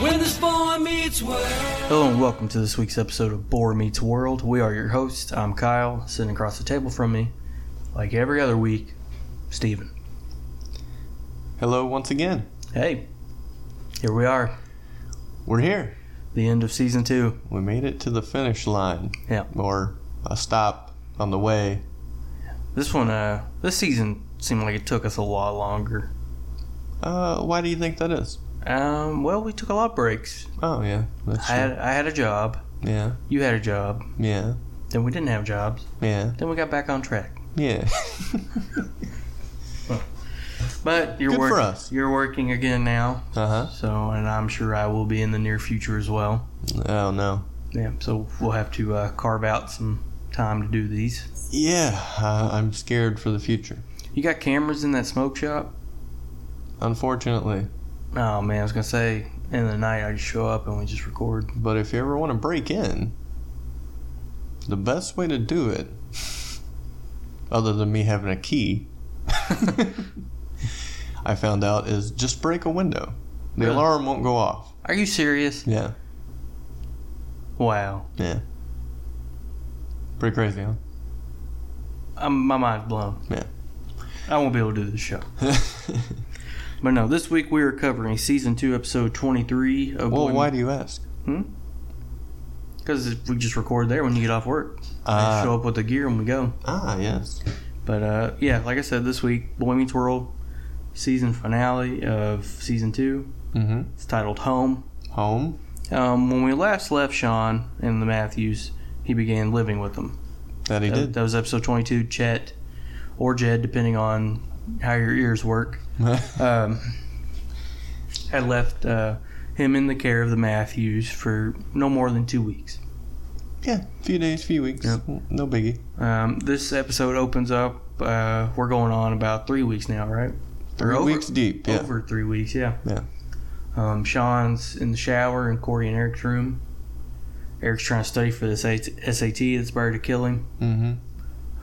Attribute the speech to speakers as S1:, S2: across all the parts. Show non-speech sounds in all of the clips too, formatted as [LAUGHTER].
S1: When this boy meets world.
S2: Hello and welcome to this week's episode of Boar Meets World. We are your hosts. I'm Kyle. Sitting across the table from me, like every other week, Steven.
S3: Hello once again.
S2: Hey, here we are,
S3: We're here.
S2: the end of season two.
S3: We made it to the finish line.
S2: Yeah.
S3: Or a stop on the way.
S2: This one, uh, this season seemed like it took us a lot longer.
S3: Uh, why do you think that is?
S2: Um, well, we took a lot of breaks.
S3: Oh yeah, that's
S2: I had I had a job.
S3: true. Yeah,
S2: You had a job.
S3: yeah,
S2: Then we didn't have jobs.
S3: yeah,
S2: Then we got back on track.
S3: yeah. [LAUGHS]
S2: But you're
S3: Good for
S2: working.
S3: us.
S2: You're working again now.
S3: uh huh.
S2: So, and I'm sure I will be in the near future as well.
S3: Oh no.
S2: Yeah, so we'll have to uh, carve out some time to do these.
S3: Yeah, uh, I'm scared for the future.
S2: You got cameras in that smoke shop?
S3: Unfortunately,
S2: Oh man, I was gonna say in the night I just show up and we just record.
S3: but if you ever want to break in, the best way to do it, [LAUGHS] other than me having a key, [LAUGHS] I found out is just break a window. The
S2: Really?
S3: alarm won't go off.
S2: Are you serious?
S3: Yeah.
S2: Wow,
S3: Yeah. Pretty crazy, [LAUGHS] huh?
S2: I'm, my mind's blown.
S3: Yeah.
S2: I won't be able to do this show. But no, this week we are covering season two, episode twenty-three of
S3: well, why do you ask?
S2: Because we just record there when you get off work. I
S3: Ah.
S2: show up with the gear and we go.
S3: Ah, yes.
S2: But uh, yeah, like I said, this week Boy Meets World season finale of season two.
S3: Mm-hmm.
S2: It's titled Home.
S3: Home?
S2: Um, when we last left Sean and the Matthews, he began living with them.
S3: That he
S2: That,
S3: did.
S2: that was episode 22, Chet or Jed, depending on how your ears
S3: [LAUGHS]
S2: work. Um, had left uh, him in the care of the Matthews for no more than two weeks.
S3: yeah, few days, few weeks.
S2: Yep.
S3: No biggie.
S2: Um, this episode opens up. Uh, we're going on about three weeks now, right?
S3: Three
S2: over-
S3: weeks deep, yeah.
S2: Over three weeks, yeah.
S3: Yeah.
S2: Um, Sean's in the shower in Corey and Eric's room. Eric's trying to study for this SAT that's about to kill him.
S3: Mm-hmm.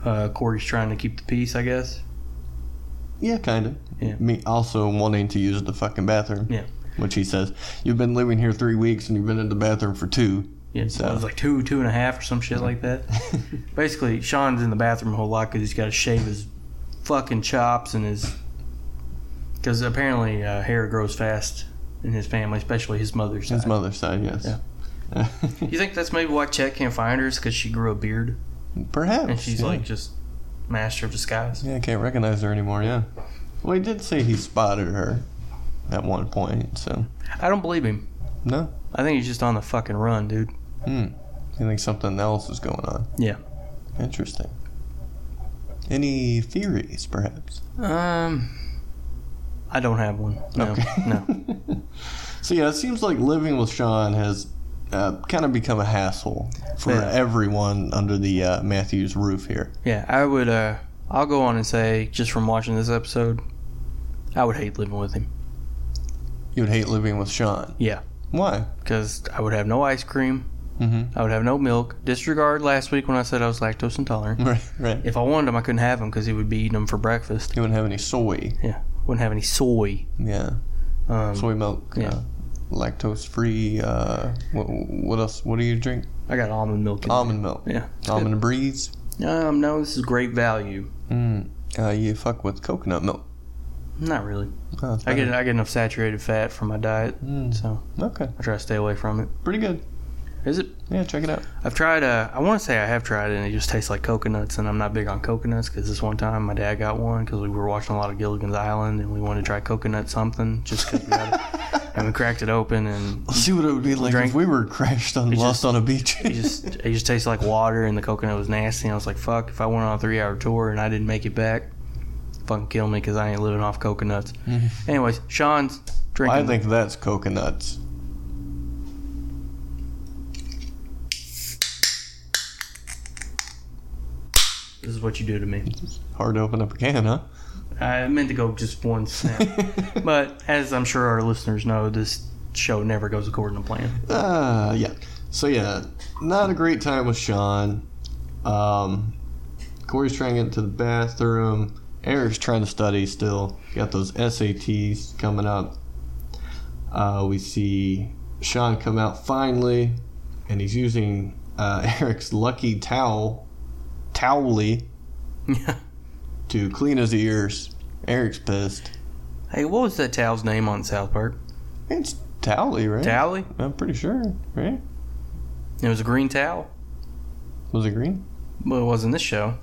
S2: Uh, Corey's trying to keep the peace, I guess.
S3: Yeah, kind of.
S2: Yeah.
S3: Me also wanting to use the fucking bathroom.
S2: Yeah.
S3: Which he says, you've been living here three weeks and you've been in the bathroom for two. [LAUGHS]
S2: Yeah, so
S3: So-
S2: it was like two, two and a half, or some shit like that. Basically, Sean's in the bathroom a whole lot because he's got to shave his fucking chops and his. Because apparently, uh, hair grows fast in his family, especially his mother's.
S3: His
S2: side.
S3: mother's side, yes.
S2: You think that's maybe why Chet can't find her? Is because she grew a beard
S3: [LAUGHS] Perhaps.
S2: and she's
S3: yeah.
S2: like just master of disguise.
S3: Yeah, I can't recognize her anymore, yeah. Well, he did say he spotted her at one point, so.
S2: I don't believe him.
S3: No.
S2: I think he's just on the fucking run, dude.
S3: Hmm. You think something else is going on?
S2: Yeah.
S3: Interesting. Any theories, perhaps?
S2: Um, I don't have one. No,
S3: [LAUGHS]
S2: no.
S3: so yeah, it seems like living with Sean has uh, kind of become a hassle for
S2: Yeah.
S3: everyone under the uh, Matthews roof here.
S2: Yeah, I would. uh I'll go on and say, just from watching this episode, I would hate living with him
S3: You would hate living with Sean.
S2: Yeah.
S3: Why?
S2: because I would have no ice cream.
S3: Mm-hmm. [LAUGHS]
S2: I would have no milk. Disregard last week when I said I was lactose intolerant.
S3: Right. Right.
S2: If I wanted them, I couldn't have them because he would be eating them for breakfast.
S3: You wouldn't have any soy.
S2: Wouldn't have any soy.
S3: Yeah.
S2: Um,
S3: Soy milk.
S2: yeah.
S3: Uh, lactose free. Uh, what, what else? What do you drink?
S2: I got almond milk. In
S3: Almond milk.
S2: Yeah.
S3: Almond breeze.
S2: Um, no, this is great value.
S3: Mm. Uh, you fuck with coconut milk.
S2: Not really.
S3: Oh, it's
S2: I get
S3: better.
S2: I get enough saturated fat from my diet,
S3: Mm.
S2: so
S3: Okay.
S2: I try to stay away from it.
S3: Pretty good.
S2: Is it?
S3: Yeah, check it out.
S2: I've tried. Uh, I want to say I have tried it, and it just tastes like coconuts. And I'm not big on coconuts because this one time my dad got one because we were watching a lot of Gilligan's Island, and we wanted to try coconut something just because we got
S3: [LAUGHS]
S2: it. And we cracked it open, and
S3: Let's see what it would be like
S2: Drink.
S3: if we were crashed on
S2: It
S3: lost
S2: just-
S3: on a beach.
S2: it just it just tasted like water, and the coconut was nasty. And I was like, "Fuck!" If I went on a three-hour tour and I didn't make it back, fucking kill me because I ain't living off
S3: [LAUGHS]
S2: coconuts. Anyways, Sean's drinking.
S3: [LAUGHS] I think that's coconuts.
S2: this is what you do to me.
S3: Hard to open up a can, huh?
S2: I meant to go just one
S3: [LAUGHS]
S2: snap, but as I'm sure our listeners know, this show never goes according to plan. [LAUGHS]
S3: Uh, yeah. So yeah, not a great time with Sean. Um, Corey's trying to get to the bathroom. Eric's trying to study still. Got those SATs coming up. Uh, we see Sean come out finally, and he's using uh, [LAUGHS] Eric's lucky towel, towelly, to clean his ears. Eric's pissed.
S2: hey, what was that towel's name on South Park?
S3: It's towelly, right?
S2: Tally.
S3: I'm pretty sure, right?
S2: It was a green towel.
S3: Was it green?
S2: Well, it was in this show.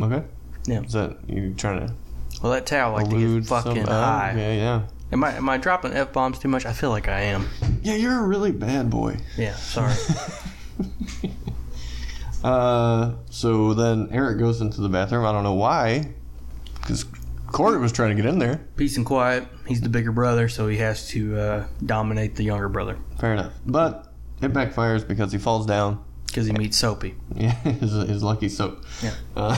S3: Okay.
S2: Yeah.
S3: Is that you trying to
S2: Well, that towel like to
S3: elude
S2: get fucking
S3: some- oh,
S2: high.
S3: Yeah, yeah.
S2: Am I am I dropping f bombs too much? I feel like I am.
S3: Yeah, you're a really bad boy.
S2: Yeah,
S3: [LAUGHS]
S2: sorry.
S3: Uh, so then Eric goes into the bathroom. I don't know why, because Corey was trying to get in there.
S2: Peace and quiet. He's the bigger brother, so he has to uh, dominate the younger brother
S3: Fair enough, but it backfires because he falls down. [LAUGHS]
S2: because he meets Soapy.
S3: Yeah, his, his lucky soap.
S2: Yeah.
S3: Uh,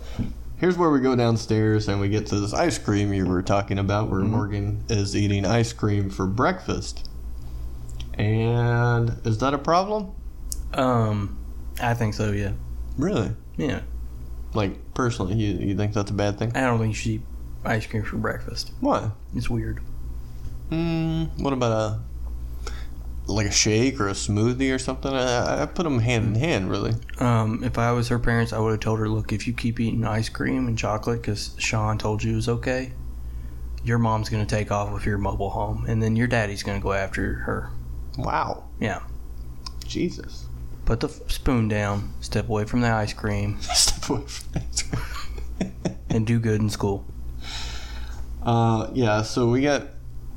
S3: [LAUGHS] here's where we go downstairs and we get to this ice cream you were talking about, where Morgan is eating ice cream for breakfast. And is that a problem?
S2: Um, I think so. Yeah,
S3: Really?
S2: yeah.
S3: Like personally, you, you think that's a bad thing?
S2: I don't think you should eat ice cream for breakfast.
S3: Why?
S2: It's weird.
S3: Mm, what about a like a shake or a smoothie or something? I, I- I put them hand in hand, really.
S2: Um, if I was her parents, I would have told her, look, if you keep eating ice cream and chocolate because Sean told you it was okay, your mom's going to take off with your mobile home, and then your daddy's going to go after her.
S3: Wow.
S2: Yeah.
S3: Jesus. [LAUGHS]
S2: Put the f- spoon down, step away from the ice cream,
S3: Step away from that.
S2: and do good in school.
S3: Uh, yeah. So we got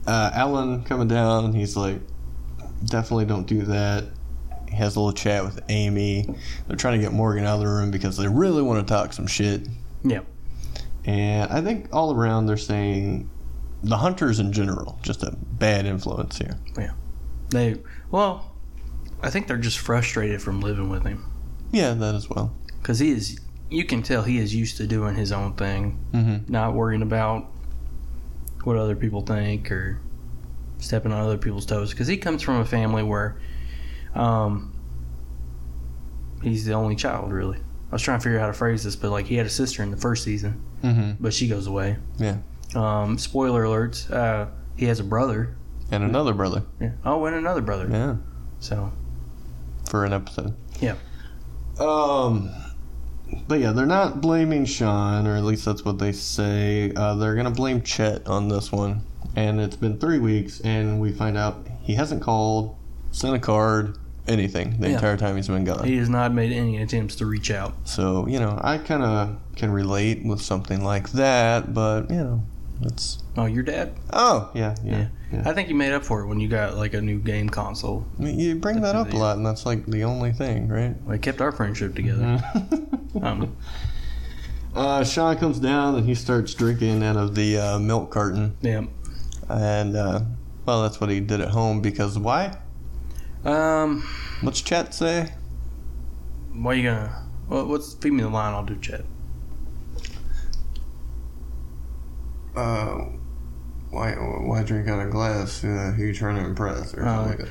S3: uh, Alan coming down. He's like, definitely don't do that. He has a little chat with Amy. They're trying to get Morgan out of the room because they really want to talk some shit.
S2: Yeah.
S3: And I think all around they're saying the hunters in general just a bad influence here.
S2: They, well, I think they're just frustrated from living with him
S3: Yeah, that as well.
S2: because he is, you can tell he is used to doing his own thing,
S3: Mm-hmm.
S2: not worrying about what other people think or stepping on other people's toes because he comes from a family where um, he's the only child, really. I was trying to figure out how to phrase this, but like he had a sister in the first season.
S3: Mm-hmm.
S2: but she goes away.
S3: Yeah.
S2: Um, spoiler alerts. Uh, he has a brother.
S3: And another brother.
S2: Yeah. Oh, and another brother.
S3: Yeah.
S2: So
S3: For an episode.
S2: Yeah.
S3: Um but yeah, they're not blaming Sean, or at least that's what they say. Uh, they're gonna blame Chet on this one, and it's been three weeks, and we find out he hasn't called, sent a card, anything the
S2: Yeah.
S3: entire time he's been gone.
S2: he has not made any attempts to reach out.
S3: So you know, I kind of can relate with something like that, but you know, it's
S2: Oh, your dad?
S3: oh yeah, yeah.
S2: Yeah.
S3: yeah.
S2: I think you made up for it when you got like a new game console.
S3: I mean, you bring that
S2: That's
S3: up a
S2: the-
S3: lot, and that's like the only thing, right?
S2: It kept our friendship
S3: [LAUGHS]
S2: together. Um,
S3: Uh, Sean comes down and he starts drinking out of the uh, milk carton,
S2: yeah.
S3: and uh, well, that's what he did at home because why?
S2: Um,
S3: What's Chet say?
S2: what are you gonna? What, what's feed me the line? I'll do chat.
S3: Uh, why why drink out of glass? Uh, who you trying to impress or
S2: something like
S3: that?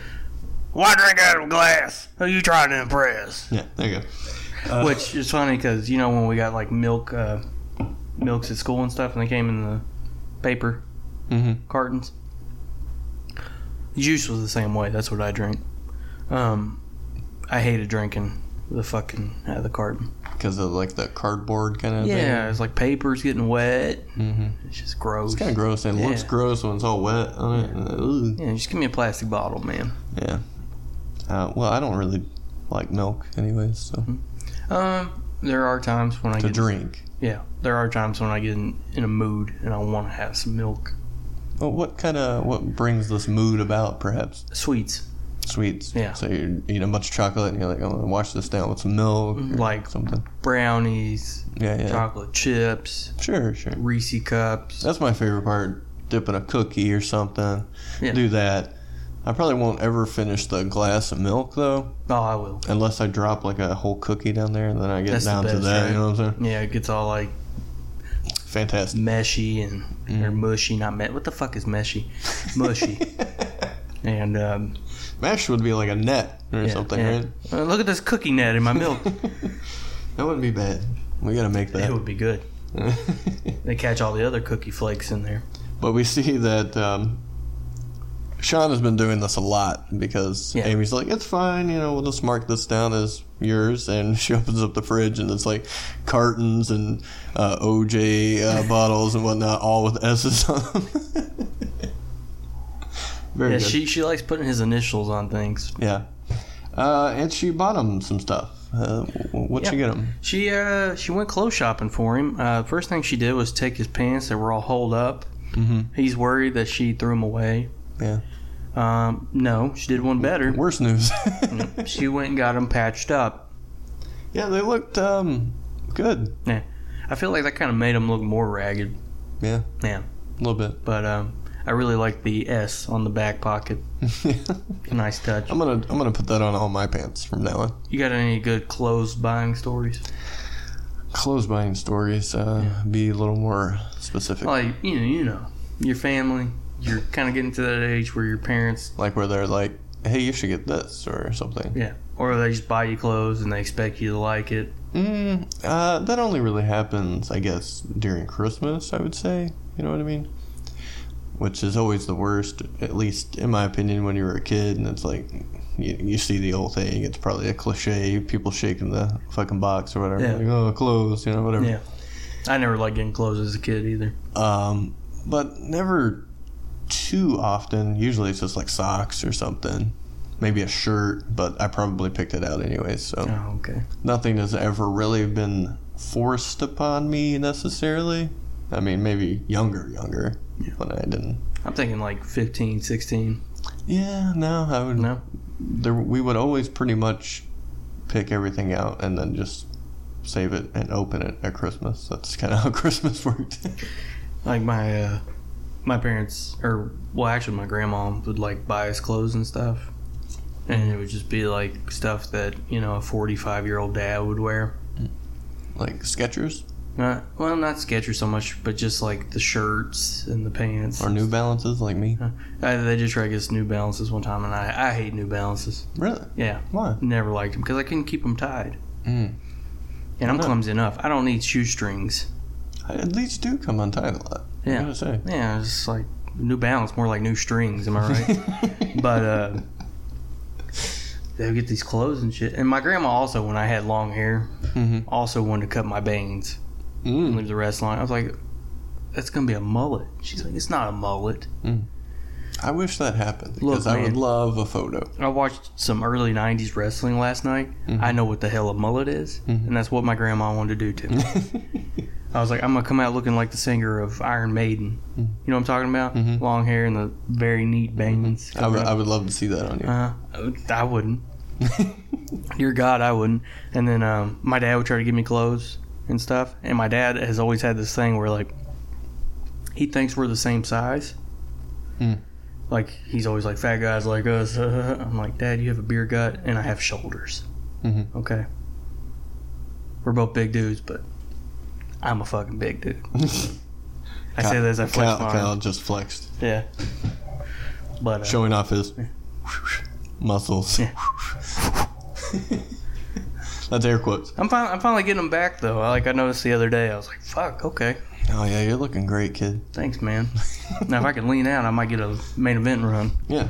S2: Why drink out of a glass? Who you trying to impress?
S3: Yeah, there you go. Uh,
S2: Which is funny because you know when we got like milk, uh, milks at school and stuff, and they came in the paper.
S3: Mm-hmm.
S2: cartons. Juice was the same way. That's what I drink. Um, I hated drinking the fucking out of the carton.
S3: Because of like the cardboard kind of
S2: Yeah, it's like papers getting wet.
S3: thing. Mm-hmm.
S2: It's just gross.
S3: It's kind of gross. and It looks
S2: Yeah.
S3: gross when it's all wet on it. and, uh, ooh.
S2: Yeah, just give me a plastic bottle, man.
S3: Yeah. Uh, well, I don't really like milk, anyways. So
S2: Mm-hmm. Um, there are times when I
S3: to
S2: get
S3: drink.
S2: yeah, there are times when I get in, in a mood and I want to have some milk,
S3: Well, what kind of what brings this mood about? Perhaps
S2: sweets.
S3: sweets.
S2: Yeah.
S3: So you eat a bunch of chocolate and you're like, I'm gonna wash this down with some milk, or
S2: Like-
S3: something.
S2: brownies,
S3: Yeah, yeah.
S2: chocolate chips,
S3: Sure, sure.
S2: Reese cups.
S3: That's my favorite part. Dipping a cookie or something.
S2: Yeah.
S3: Do that. I probably won't ever finish the glass of milk though,
S2: Oh, I will.
S3: unless I drop like a whole cookie down there and then I get
S2: That's the
S3: down to
S2: best,
S3: that.
S2: right?
S3: You know what I'm saying?
S2: Yeah, it gets all like
S3: Fantastic.
S2: meshy and or
S3: Mm.
S2: mushy, not met. What the fuck is meshy?
S3: [LAUGHS]
S2: Mushy. and um,
S3: Mash would be like a net or
S2: yeah,
S3: something,
S2: yeah.
S3: right?
S2: Uh, look at this cookie net in my
S3: [LAUGHS]
S2: milk.
S3: That wouldn't be bad. We gotta make
S2: it
S3: that.
S2: would be good.
S3: [LAUGHS]
S2: They catch all the other cookie flakes in there.
S3: but we see that um, Sean has been doing this a lot because
S2: Yeah.
S3: Amy's like, it's fine, you know, we'll just mark this down as yours. And [LAUGHS] she opens up the fridge and it's like cartons and uh, OJ
S2: [LAUGHS]
S3: uh, bottles and whatnot, all with S's on them. [LAUGHS] Very
S2: Yeah,
S3: good.
S2: she she likes putting his initials on things.
S3: yeah. Uh, and she bought him some stuff. Uh, wh- what'd she
S2: Yeah.
S3: get him?
S2: She uh she went clothes shopping for him. Uh, first thing she did was take his pants that were all holed up.
S3: Mhm.
S2: He's worried that she threw them away.
S3: Yeah.
S2: Um, no, she did one better.
S3: Worse news.
S2: She went and got him patched up.
S3: [LAUGHS] yeah, they looked um, good.
S2: I feel like that kind of made him look more ragged,
S3: Yeah.
S2: Yeah.
S3: A little bit. [LAUGHS]
S2: but um, I really like the S on the back pocket. Nice touch.
S3: I'm gonna I'm gonna put that on all my pants from now on.
S2: You got any good clothes buying stories?
S3: Clothes buying stories. Uh, Be a little more specific. Like,
S2: Like you know, you know, your family. You're kind of getting to that age where your parents,
S3: where they're like, "Hey, you should get this" or something.
S2: yeah, or they just buy you clothes and they expect you to like it.
S3: Mm, uh, that only really happens, I guess, during Christmas. I would say. You know what I mean? Which is always the worst, at least in my opinion, when you were a kid, and it's like. You, you see the old thing; it's probably a cliche. People shaking the fucking box or whatever.
S2: Yeah.
S3: Like, oh, clothes, you know, whatever.
S2: Yeah. I never liked getting clothes as a kid either.
S3: um, but never too often. Usually it's just like socks or something, maybe a shirt. But I probably picked it out anyway, so
S2: Oh, okay.
S3: nothing has ever really been forced upon me necessarily. I mean, maybe younger, younger when I didn't.
S2: I'm thinking like 15, 16.
S3: Yeah, no, I would.
S2: No?
S3: There, we would always pretty much pick everything out and then just save it and open it at Christmas. That's kind of how [LAUGHS] Christmas worked.
S2: Like my uh, my parents, or well, actually, my grandma would like buy us clothes and stuff. And it would just be like stuff that, you know, a 45 year old dad would wear.
S3: like Skechers
S2: Not, well, not Skechers so much, but just like the shirts and the pants.
S3: or New Balances, like me.
S2: I, they just tried to get us New Balances one time, and I, I hate New Balances.
S3: Really?
S2: Yeah,
S3: Why?
S2: never liked them because I couldn't keep them tied.
S3: Mm.
S2: And I'm
S3: Why not?
S2: clumsy enough. I don't need shoestrings.
S3: These do come untied a lot.
S2: Yeah.
S3: I gotta say.
S2: Yeah, it's just like New Balance, more like new strings. Am I right? [LAUGHS] but uh, they would get these clothes and shit. And my grandma also, when I had long hair,
S3: Mhm.
S2: also wanted to cut my bangs and
S3: Mm.
S2: leave the rest long. I was like, "That's gonna be a mullet." She's like, "It's not a mullet."
S3: I wish that happened
S2: Look,
S3: because I would
S2: man.
S3: love a
S2: [LAUGHS]
S3: photo.
S2: I watched some early '90s wrestling last night.
S3: Mm-hmm.
S2: I know what the hell a mullet is, and that's what my grandma wanted to do to me.
S3: Mm-hmm.
S2: I was like, I'm gonna come out looking like the singer of Iron Maiden.
S3: Mm-hmm.
S2: You know what I'm talking about? Long hair and the very neat bangs.
S3: Mm-hmm. I would, I would love to see that on you.
S2: Uh, I wouldn't.
S3: [LAUGHS]
S2: Dear God, I wouldn't. And then um, my dad would try to give me clothes and stuff. And my dad has always had this thing where, like, he thinks we're the same size.
S3: Hmm.
S2: Like, he's always like, fat guys like us. [LAUGHS] I'm like, Dad, you have a beer gut, and I have shoulders.
S3: Mhm.
S2: Okay. We're both big dudes, but I'm a fucking big dude. I say that as I flex
S3: Kyle,
S2: my
S3: Kyle
S2: arm.
S3: just flexed,
S2: Yeah. But, uh,
S3: showing off his muscles.
S2: Yeah.
S3: [LAUGHS] That's air quotes.
S2: I'm finally, I'm finally getting them back though. I- Like I noticed the other day, I was like, "Fuck, okay,
S3: Oh yeah, you're looking great, kid.
S2: thanks, man." now if I can lean out, I might get a main event run.
S3: [LAUGHS] Yeah.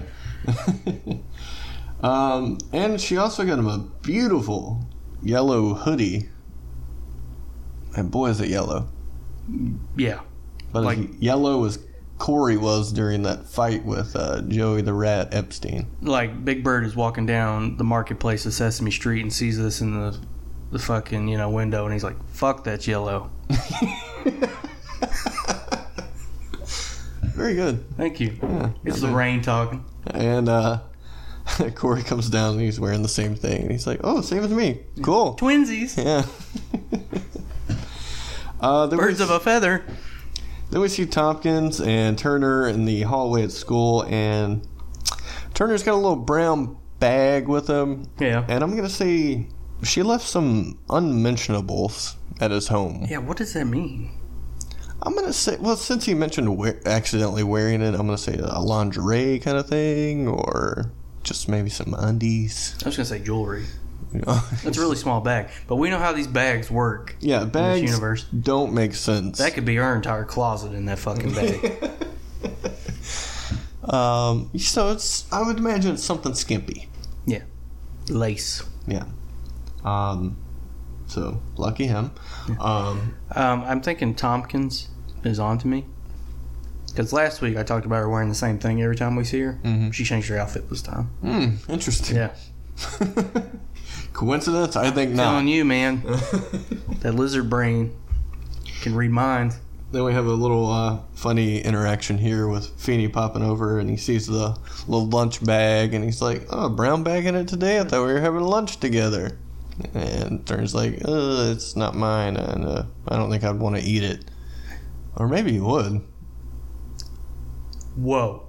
S3: [LAUGHS] um, and she also got him a beautiful yellow hoodie. And boy, is it yellow!
S2: Yeah,
S3: But
S2: Like-
S3: as yellow as Corey was during that fight with uh, Joey the Rat Epstein.
S2: like Big Bird is walking down the marketplace of Sesame Street and sees this in the the fucking you know window, and he's like, "Fuck, that's yellow."
S3: Very good.
S2: Thank you.
S3: Yeah.
S2: It's the rain talking.
S3: And uh, [LAUGHS] Corey comes down and he's wearing the same thing. And he's like, oh, same as me. Cool.
S2: Twinsies.
S3: Yeah. [LAUGHS] uh, then we
S2: Birds of a feather.
S3: Then we see Tompkins and Turner in the hallway at school, and Turner's got a little brown bag with him.
S2: Yeah.
S3: And I'm going to say she left some unmentionables at his home.
S2: Yeah, what does that mean?
S3: I'm going to say, well, since he mentioned wear, accidentally wearing it, I'm going to say a lingerie kind of thing, or just maybe some undies.
S2: I was gonna say jewelry.
S3: You know?
S2: That's a really small bag, but we know how these bags work.
S3: [LAUGHS] yeah, bags
S2: universe.
S3: don't make sense.
S2: That could be our entire closet in that fucking
S3: [LAUGHS]
S2: bag.
S3: um, so it's, I would imagine it's something skimpy.
S2: yeah, lace.
S3: Yeah. Um, so lucky him. Um,
S2: Um, I'm thinking Tompkins is on to me. Because last week I talked about her wearing the same thing every time we see her.
S3: Mhm.
S2: She changed her outfit this time.
S3: hmm, interesting.
S2: Yeah.
S3: [LAUGHS] Coincidence? I think
S2: Telling
S3: not.
S2: you, man,
S3: [LAUGHS]
S2: that lizard brain can read minds.
S3: Then we have a little uh, funny interaction here with Feeney popping over, and he sees the little lunch bag, and he's like, "Oh, brown bag in it today. I thought we were having lunch together." And Turn's like, "Uh, it's not mine, and uh, I don't think I'd want to eat it." Or maybe he would. [LAUGHS]
S2: Whoa.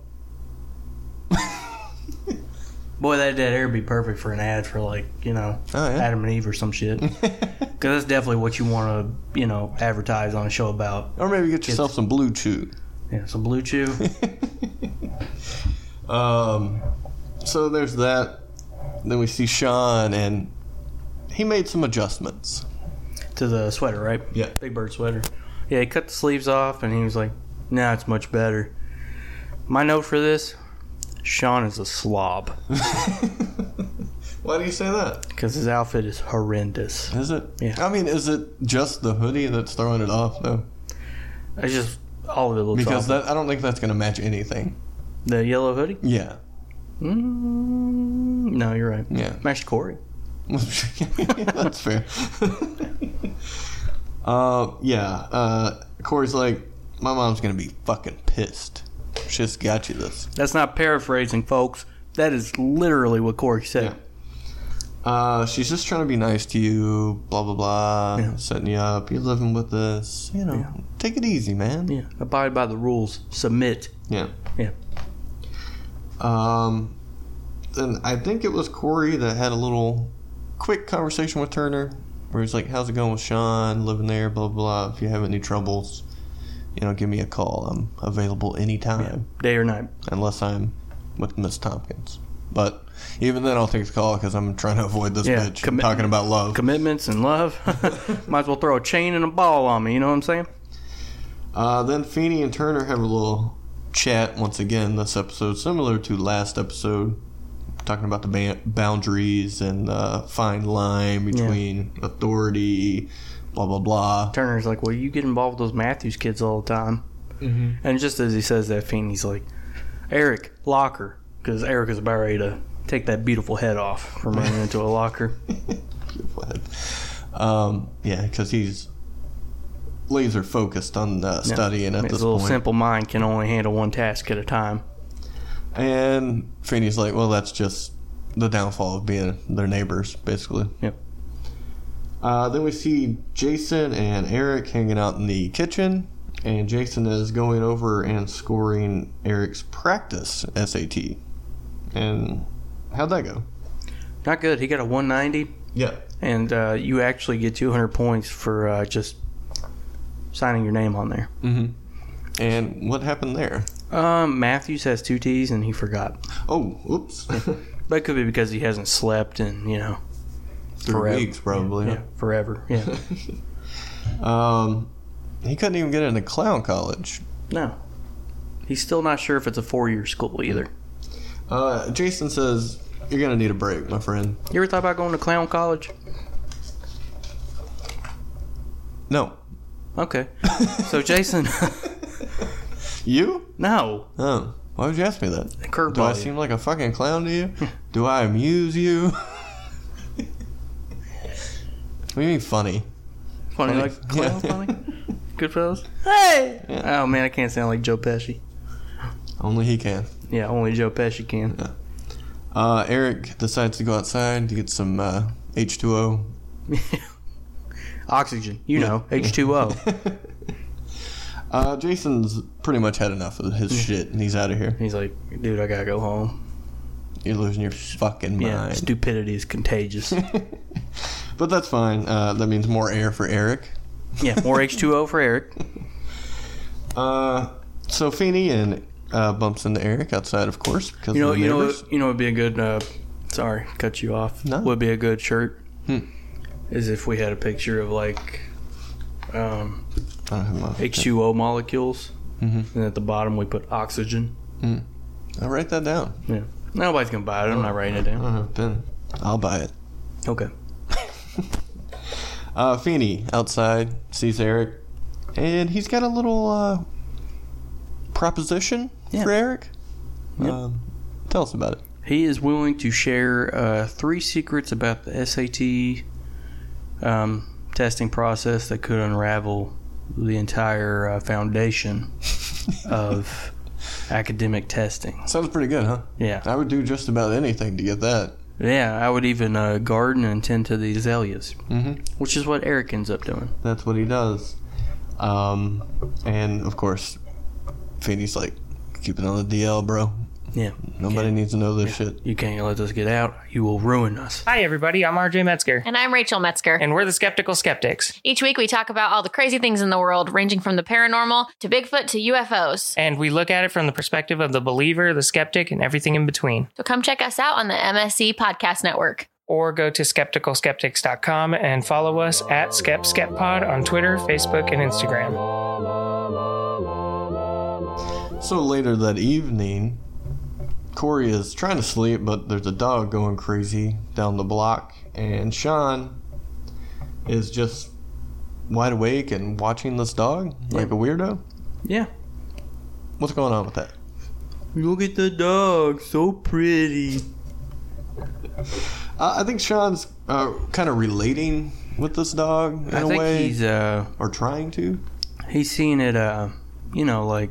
S2: Boy, that dead air would be perfect for an ad for, like, you know,
S3: Oh yeah.
S2: Adam and Eve or some
S3: [LAUGHS]
S2: shit. Because that's definitely what you want to, you know, advertise on a show about.
S3: or maybe get yourself some blue chew.
S2: Yeah, some Blue Chew.
S3: Um, so there's that. Then we see Sean, and he made some adjustments. [LAUGHS]
S2: to the sweater, right?
S3: Yeah.
S2: Big Bird sweater. Yeah, he cut the sleeves off and he was like, nah, it's much better. My note for this Sean is a slob
S3: Why do you say that?
S2: because his outfit is horrendous.
S3: Is it?
S2: Yeah.
S3: I mean, is it just the hoodie that's throwing it off though?
S2: It's just all of it looks
S3: Because
S2: awful.
S3: that I don't think that's gonna match anything.
S2: the yellow hoodie.
S3: Yeah.
S2: Mm, no, you're right.
S3: Yeah. [LAUGHS]
S2: Matched Corey. [LAUGHS]
S3: that's fair. uh, yeah. Uh, Corey's like, my mom's gonna be fucking pissed. She's got you this.
S2: That's not paraphrasing, folks. That is literally what Corey said.
S3: Yeah. Uh, she's just trying to be nice to you. Blah blah blah.
S2: Yeah.
S3: Setting you up. You're living with us. You know,
S2: Yeah.
S3: take it easy, man.
S2: Yeah. Abide by the rules. Submit.
S3: Yeah.
S2: Yeah.
S3: Um, then I think it was Corey that had a little quick conversation with Turner where he's like, How's it going with Sean? Living there, blah, blah, blah. If you have any troubles, you know, give me a call. I'm available anytime
S2: Day or night.
S3: unless I'm with Miss Tompkins. But even then, I'll take the call because I'm trying to avoid this
S2: Yeah,
S3: bitch
S2: commi-
S3: talking about love.
S2: Commitments and love. [LAUGHS] Might as well throw a chain and a ball on me. You know what I'm saying?
S3: Uh, then Feeney and Turner have a little chat once again this episode, similar to last episode, talking about the ba- boundaries and uh, fine line between authority, blah blah blah.
S2: Turner's like, "Well, you get involved with those Matthews kids all the time,"
S3: Mm-hmm.
S2: and just as he says that, Feeney's like, "Eric, locker," because Eric is about ready to take that beautiful head off from running
S3: [LAUGHS]
S2: into a locker.
S3: Um, yeah, because he's laser focused on uh, studying at
S2: His
S3: this
S2: little
S3: point.
S2: simple mind can only handle one task at a time.
S3: And Feeney's like, well, that's just the downfall of being their neighbors, basically.
S2: Yep.
S3: Uh, then we see Jason and Eric hanging out in the kitchen, and Jason is going over and scoring Eric's practice SAT. And how'd that go?
S2: Not good. He got a 190,
S3: Yeah.
S2: and uh, you actually get 200 points for uh, just signing your name on there.
S3: Mm-hmm. And what happened there?
S2: Um, Matthews has two T's, and he forgot.
S3: Oh,
S2: [LAUGHS]
S3: oops.
S2: That could be because he hasn't slept, and you know,
S3: Three
S2: Forever.
S3: weeks, probably.
S2: yeah, forever. Yeah.
S3: [LAUGHS] Um, he couldn't even get into clown college.
S2: No. He's still not sure if it's a four year school either.
S3: Uh, Jason says, You're going to need a break, my friend.
S2: You ever thought about going to clown college?
S3: No. [LAUGHS]
S2: Okay. So, Jason, [LAUGHS]
S3: You?
S2: no.
S3: Oh. Why would you ask me that? Do I
S2: Curveball.
S3: seem like a fucking clown
S2: [LAUGHS]
S3: to you? Do I amuse you? [LAUGHS] what do you mean funny?
S2: funny,
S3: funny. [LAUGHS]
S2: like clown
S3: Yeah.
S2: funny? Good fellas? Hey!
S3: Yeah.
S2: Oh, man, I can't sound like Joe Pesci.
S3: Only he can.
S2: Yeah, only Joe Pesci can. [LAUGHS]
S3: Uh, Eric decides to go outside to get some uh, H2O.
S2: Oxygen, you know,
S3: [LAUGHS]
S2: H2O.
S3: [LAUGHS] Uh, Jason's pretty much had enough of his shit and he's out of here.
S2: He's like, dude, I gotta go home.
S3: You're losing your fucking
S2: Yeah,
S3: mind.
S2: stupidity is contagious.
S3: [LAUGHS] But that's fine. Uh, that means more air for Eric.
S2: yeah, more H2O for Eric.
S3: Uh, so Feeney and uh, bumps into Eric outside, of course, because
S2: You know,
S3: of the
S2: you know,
S3: neighbors.
S2: you know, it'd be a good. Uh, sorry, cut you off.
S3: No.
S2: Would be a good shirt.
S3: Hmm.
S2: Is if we had a picture of like um,
S3: I don't have my
S2: H2O molecules,
S3: Mhm.
S2: and at the bottom we put oxygen.
S3: I'll write that down.
S2: Yeah. Nobody's gonna buy it. I'm not writing it
S3: I
S2: down.
S3: don't have a pen. I'll buy it.
S2: Okay.
S3: Uh, Feeney outside sees Eric, and he's got a little uh, proposition
S2: Yeah.
S3: for Eric.
S2: Yep.
S3: Um, tell us about it.
S2: He is willing to share uh, three secrets about the SAT um, testing process that could unravel the entire uh, foundation of academic testing.
S3: [LAUGHS] Sounds pretty good, huh?
S2: Yeah.
S3: I would do just about anything to get that.
S2: Yeah, I would even uh, garden and tend to the azaleas,
S3: Mhm.
S2: which is what Eric ends up doing.
S3: That's what he does. Um, and of course, Feeney's like, keep it on the DL, bro.
S2: Yeah,
S3: Nobody needs to know this shit.
S2: you can't let us get out. You will ruin us.
S4: Hi, everybody. I'm RJ Metzger,
S5: And I'm Rachel Metzger.
S4: and we're the Skeptical Skeptics.
S5: Each week we talk about all the crazy things in the world, ranging from the paranormal to Bigfoot to UFOs.
S4: And we look at it from the perspective of the believer, the skeptic, and everything in between.
S5: So come check us out on the MSC Podcast Network.
S4: Or go to skepticalskeptics.com and follow us at Skep Skep Pod on Twitter, Facebook, and Instagram.
S3: So later that evening, Corey is trying to sleep, but there's a dog going crazy down the block, and Sean is just wide awake and watching this dog like a weirdo.
S2: Yeah.
S3: What's going on with that?
S2: Look at the dog, so pretty.
S3: Uh, I think Sean's uh, kind of relating with this dog in
S2: I
S3: a
S2: think
S3: way,
S2: he's uh
S3: or trying to.
S2: he's seen it uh you know like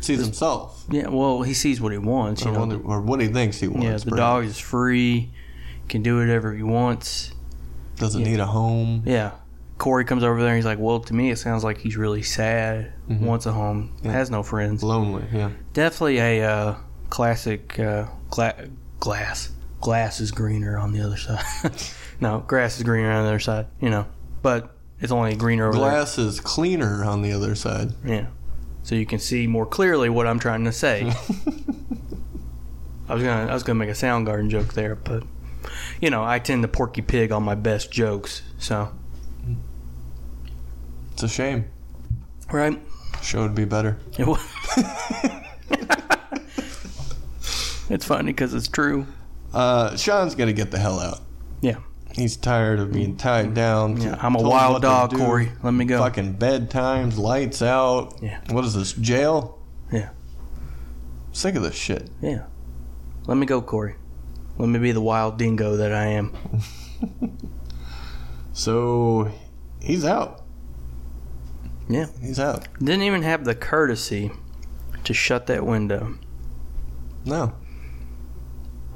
S3: Sees himself,
S2: yeah well he sees what he wants you
S3: or,
S2: know
S3: wonder, or what he thinks he wants.
S2: yeah the
S3: perhaps.
S2: dog is free can do whatever he wants
S3: doesn't
S2: yeah.
S3: need a home.
S2: yeah Corey comes over there and he's like well to me it sounds like he's really sad wants a home
S3: Mm-hmm. Yeah.
S2: has no friends
S3: Lonely, yeah.
S2: definitely a uh, classic uh, gla- glass. Glass is greener on the other [LAUGHS] side. no, grass is greener on the other side. You know, but it's only greener over
S3: Glass is cleaner on the other side.
S2: there. Yeah, so you can see more clearly what I'm trying to
S3: [LAUGHS]
S2: say. I was gonna I was gonna make a Soundgarden joke there, but you know I tend to Porky Pig on my best jokes. So
S3: It's a shame.
S2: right,
S3: Show would be better.
S2: It wa- [LAUGHS] it's funny because it's true.
S3: Uh, Sean's gonna get the hell out.
S2: Yeah.
S3: He's tired of being tied down.
S2: Mm-hmm. Yeah, I'm a
S3: Told
S2: wild
S3: what to
S2: dog,
S3: do.
S2: Corey. Let me go.
S3: Fucking bedtimes, lights out.
S2: Yeah.
S3: What is this jail?
S2: Yeah.
S3: Sick of this shit.
S2: Yeah. Let me go, Corey. Let me be the wild dingo that I am.
S3: So he's out.
S2: Yeah.
S3: He's out.
S2: Didn't even have the courtesy to shut that window.
S3: No.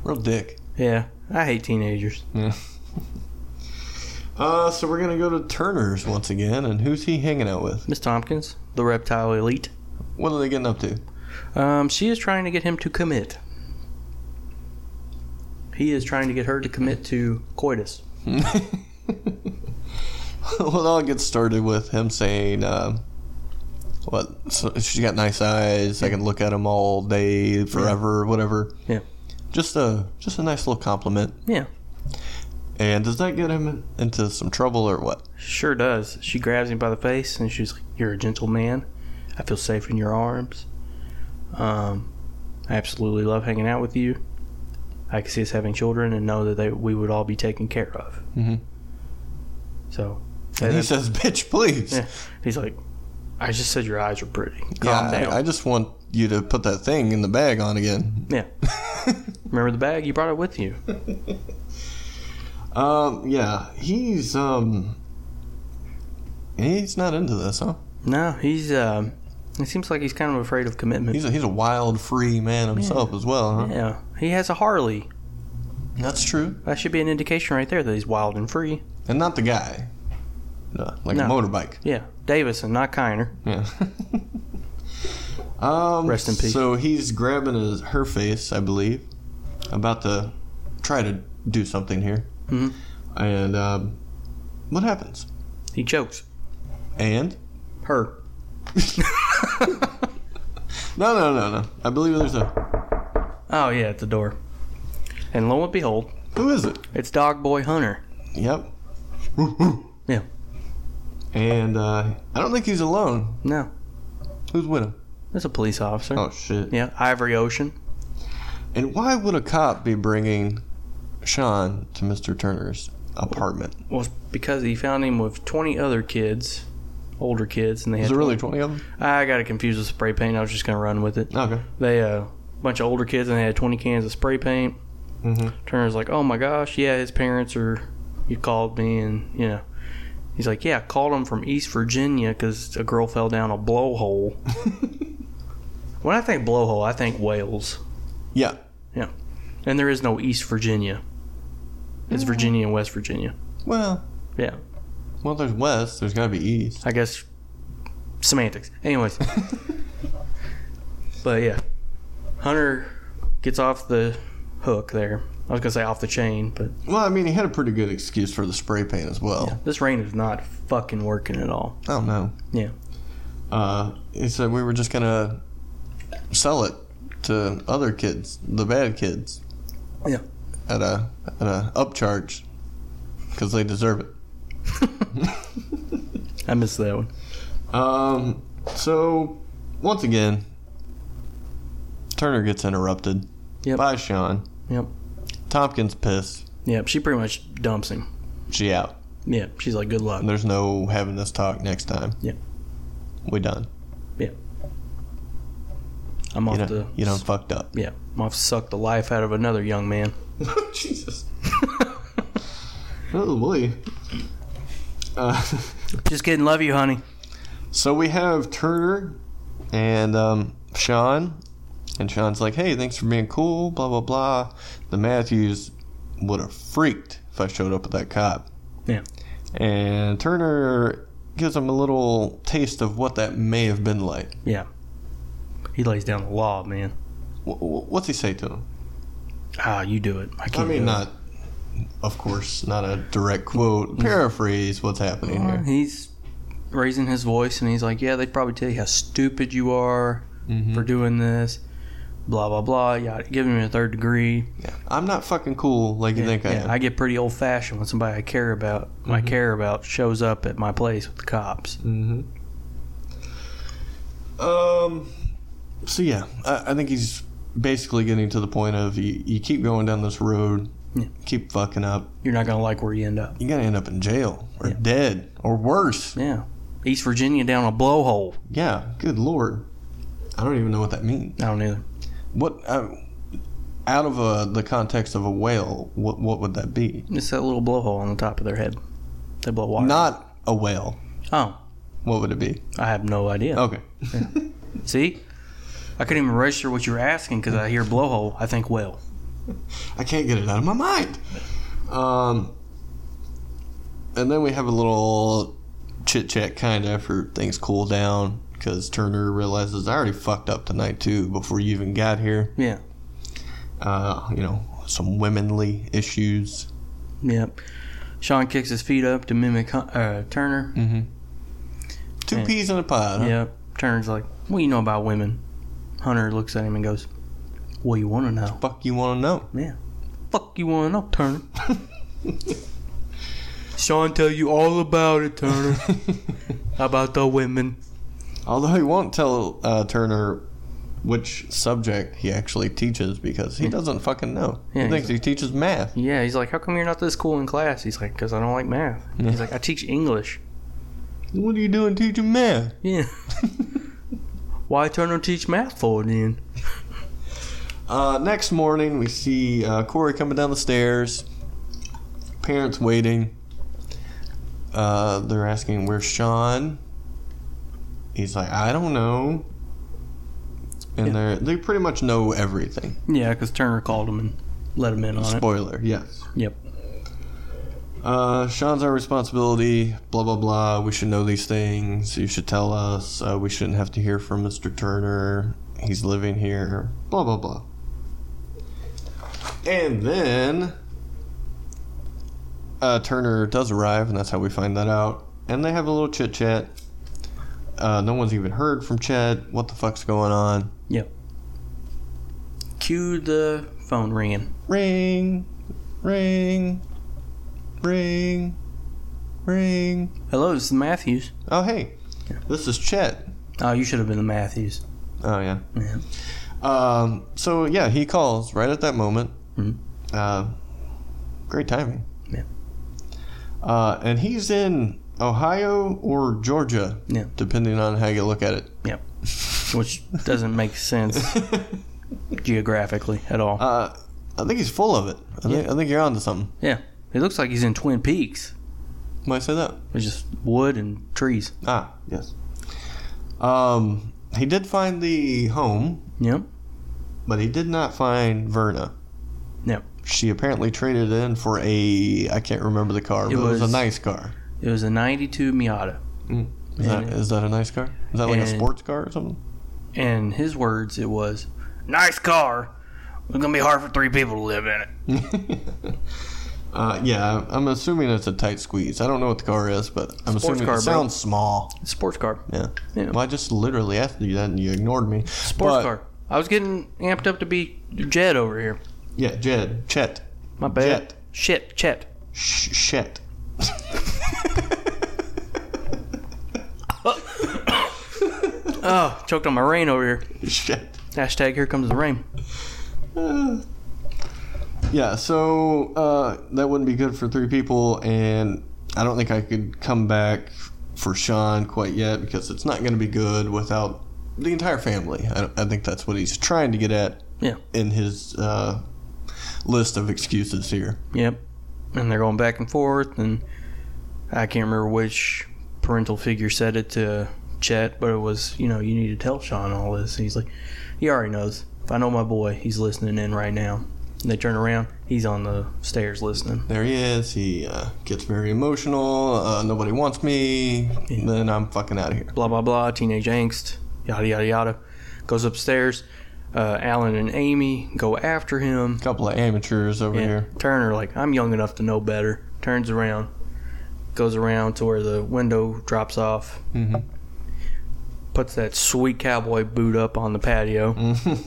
S3: Real dick.
S2: Yeah. I hate teenagers.
S3: Uh, so we're gonna go to Turner's once again, and who's he hanging out with?
S2: Miss Tompkins, the reptile elite.
S3: What are they getting up to? [LAUGHS]
S2: Um, she is trying to get him to commit. He is trying to get her to commit to coitus.
S3: well, it all gets started with him saying, um, "What? So she's got nice eyes. I can look at them all day, forever, whatever."
S2: Yeah.
S3: Just a just a nice little compliment.
S2: Yeah.
S3: And does that get him into some trouble or what?
S2: Sure does. She grabs him by the face and she's like, You're a gentle man. I feel safe in your arms. Um, I absolutely love hanging out with you. I can see us having children and know that they, we would all be taken care of.
S3: Mhm.
S2: So
S3: And he
S2: then-
S3: says, "Bitch, please."
S2: Yeah. he's like, I just said your eyes are pretty.
S3: Yeah,
S2: Calm down.
S3: I, I just want you to put that thing in the bag on again. [LAUGHS]
S2: yeah. Remember the bag? You brought it with you.
S3: Um, yeah, he's um, he's not into this, huh?
S2: No, he's. Um, it seems like he's kind of afraid of commitment.
S3: He's a, he's a wild, free man himself as well, huh?
S2: yeah. He has a Harley
S3: That's true.
S2: That should be an indication right there that he's wild and free.
S3: And not the guy. No, like a
S2: No.
S3: motorbike.
S2: Yeah, Davison, not Kiner.
S3: Yeah. [LAUGHS] um,
S2: Rest in peace.
S3: So he's grabbing his, her face, I believe. About to try to do something here.
S2: Mhm.
S3: And um, what happens?
S2: He chokes
S3: And
S2: her.
S3: no, no, no, no. I believe there's a.
S2: Oh yeah, at the door. And lo and behold,
S3: Who is it?
S2: it's Dog Boy Hunter.
S3: Yep.
S2: Yeah.
S3: And uh, I don't think he's alone.
S2: No,
S3: Who's with him?
S2: that's a police officer.
S3: Oh shit.
S2: Yeah, Ivory Ocean.
S3: And why would a cop be bringing Sean to Mr. Turner's apartment?
S2: Well, it's because he found him with 20 other kids, older kids, and they
S3: Is
S2: had.
S3: there really 20 of them?
S2: I got it confused with spray paint. I was just gonna run with it.
S3: Okay.
S2: They uh, bunch of older kids, and they had 20 cans of spray paint.
S3: Mhm.
S2: Turner's like, "Oh my gosh, yeah, his parents are." You called me, and you know, he's like, "Yeah, I called him from East Virginia because a girl fell down a blowhole." when I think blowhole, I think Wales,
S3: Yeah.
S2: and there is no East Virginia. It's Virginia and West Virginia.
S3: Well.
S2: Yeah.
S3: Well, there's west. There's got to be east.
S2: I guess semantics. [LAUGHS] Anyways. but yeah. Hunter gets off the hook there. I was gonna say off the chain, but
S3: Well, I mean, he had a pretty good excuse for the spray paint as well.
S2: this rain is not fucking working at all.
S3: I don't know.
S2: Yeah.
S3: Uh, he said we were just gonna sell it to other kids, the bad kids.
S2: Yeah.
S3: At a at a upcharge, because they deserve it.
S2: I missed that one.
S3: Um, so once again, Turner gets interrupted
S2: Yep.
S3: by Sean.
S2: Yep.
S3: Tompkins pissed.
S2: Yeah, she pretty much dumps him.
S3: She out.
S2: Yeah, she's like, good luck.
S3: There's no having this talk next time.
S2: Yeah.
S3: We done.
S2: I'm off
S3: You
S2: to
S3: know, you done fucked up.
S2: [LAUGHS] Yeah. I'm off to suck the life out of another young man.
S3: Jesus. oh boy. Uh, [LAUGHS]
S2: Just kidding, love you, honey.
S3: so we have Turner and um, Sean, and Sean's like, "Hey, thanks for being cool." Blah blah blah. The Matthews would have freaked if I showed up with that cop.
S2: Yeah.
S3: And Turner gives him a little taste of what that may have been like.
S2: He lays down the law, man.
S3: Wh- wh- What's he say to him?
S2: Ah, you do it. I
S3: I
S2: can't.
S3: mean,
S2: do it.
S3: not, of course, not a [LAUGHS] direct quote. Paraphrase what's happening here.
S2: He's raising his voice and he's like, Yeah, they probably tell you how stupid you are for doing this, blah, blah, blah. Yeah, giving me a third degree.
S3: I'm not fucking cool like you think I
S2: Yeah,
S3: am.
S2: I get pretty old fashioned when somebody I care about, I care about, shows up at my place with the cops.
S3: Mm-hmm. Um. So yeah, I, I think he's basically getting to the point of you, you keep going down this road,
S2: Yeah.
S3: keep fucking up,
S2: You're not going to like where you end up.
S3: you're gonna end up in jail or
S2: Yeah.
S3: dead or worse.
S2: Yeah. East Virginia down a blowhole.
S3: Yeah. Good lord, I don't even know what that means.
S2: I don't either.
S3: What uh, out of uh the context of a whale, what what would that be?
S2: It's that little blowhole on the top of their head. They blow water.
S3: Not a whale.
S2: Oh,
S3: What would it be?
S2: I have no idea.
S3: Okay.
S2: See? I couldn't even register what you were asking because I hear blowhole. I think whale.
S3: I can't get it out of my mind. Um, and then we have a little chit chat kind of after things cool down because Turner realizes I already fucked up tonight too before you even got here.
S2: Yeah.
S3: Uh, you know, some womenly issues.
S2: Yep. Sean kicks his feet up to mimic Hun- uh, Turner.
S3: Two
S2: Yeah.
S3: peas in a pod. Huh?
S2: Yep. Turner's like, "What do you know about women?" Hunter looks at him and goes, "What you want to know?
S3: Fuck you want to know? [LAUGHS]
S2: Fuck you want to know, [LAUGHS] Turner." Sean tell you all about it, [LAUGHS] Turner. about the women.
S3: Although he won't tell uh, Turner which subject he actually teaches because he doesn't fucking know.
S2: Yeah,
S3: he thinks he teaches math.
S2: Yeah, he's like, "How come you're not this cool in class?" He's like, "Cause I don't like math." He's like, "I teach English."
S3: What are you doing teaching math?
S2: Yeah. [LAUGHS] Why Turner teach math for then?
S3: Uh, next morning, we see uh, Corey coming down the stairs. Parents waiting. Uh, they're asking, "Where's Sean?" He's like, "I don't know." And they're they pretty much know everything.
S2: Yeah, 'cause Turner called him and let him in on it.
S3: Spoiler, yes.
S2: Yep.
S3: Uh, Sean's our responsibility, blah, blah, blah. We should know these things. You should tell us. Uh, we shouldn't have to hear from Mr. Turner. He's living here, blah, blah, blah. And then uh, Turner does arrive, and that's how we find that out. And they have a little chit chat. Uh, no one's even heard from Chad. What the fuck's going on?
S2: Yep. Cue the phone ringing.
S3: Ring, ring, ring, ring.
S2: Hello, this is Matthews.
S3: Oh, hey. This is Chet.
S2: Oh, you should have been the Matthews.
S3: Oh, yeah.
S2: Yeah.
S3: Um, so, yeah, he calls right at that moment.
S2: Mhm.
S3: Uh, great timing.
S2: Yeah.
S3: Uh, and he's in Ohio or Georgia,
S2: Yeah.
S3: depending on how you look at it.
S2: Yep. Which doesn't make sense
S3: [LAUGHS]
S2: geographically at all.
S3: Uh, I think he's full of it. I, think, I think you're onto something.
S2: yeah. It looks like he's in Twin Peaks.
S3: Might say that.
S2: It's just wood and trees.
S3: Ah, yes. Um, he did find the home,
S2: Yep.
S3: but he did not find Verna.
S2: Yep.
S3: She apparently traded in for a I can't remember the car, but it was,
S2: was-
S3: a nice car.
S2: It was a 92 Miata.
S3: Is that, is that a nice car? Is that like a
S2: and-
S3: sports car or something?
S2: In his words, it was, Nice car. It's going to be hard for three people to live in it.
S3: Uh, yeah, I- I'm assuming it's a tight squeeze. I don't know what the car is, but I'm
S2: Sports
S3: assuming
S2: car,
S3: it
S2: bro.
S3: sounds small.
S2: It's a sports car.
S3: Yeah.
S2: Yeah.
S3: Well, I just literally asked you that and you ignored me.
S2: Sports
S3: But-
S2: car. I was getting amped up to be Jed over here.
S3: Yeah, Jed. Chet.
S2: My bad.
S3: Jet.
S2: Shit, Chet.
S3: Sh- Shet.
S2: Oh, choked on my rain over here.
S3: Shet.
S2: Hashtag here comes the rain.
S3: Yeah, so uh, that wouldn't be good for three people, and I don't think I could come back for Sean quite yet because it's not going to be good without the entire family. I, I think that's what he's trying to get at
S2: Yeah.
S3: in his uh, list of excuses here.
S2: Yep. And they're going back and forth, and I can't remember which parental figure said it to Chet, but it was, you know, you need to tell Sean all this. And he's like, he already knows. If I know my boy, he's listening in right now. And they turn around, he's on the stairs listening.
S3: There he is. He uh, gets very emotional. Uh, nobody wants me. Then I'm fucking out of here.
S2: Blah, blah, blah, teenage angst, yada, yada, yada. Goes upstairs. Uh, Alan and Amy go after him.
S3: Couple of amateurs over
S2: Yeah.
S3: here.
S2: Turner, like, I'm young enough to know better. Turns around, goes around to where the window drops off.
S3: Mhm.
S2: Puts that sweet cowboy boot up on the patio.
S3: [LAUGHS] Mhm.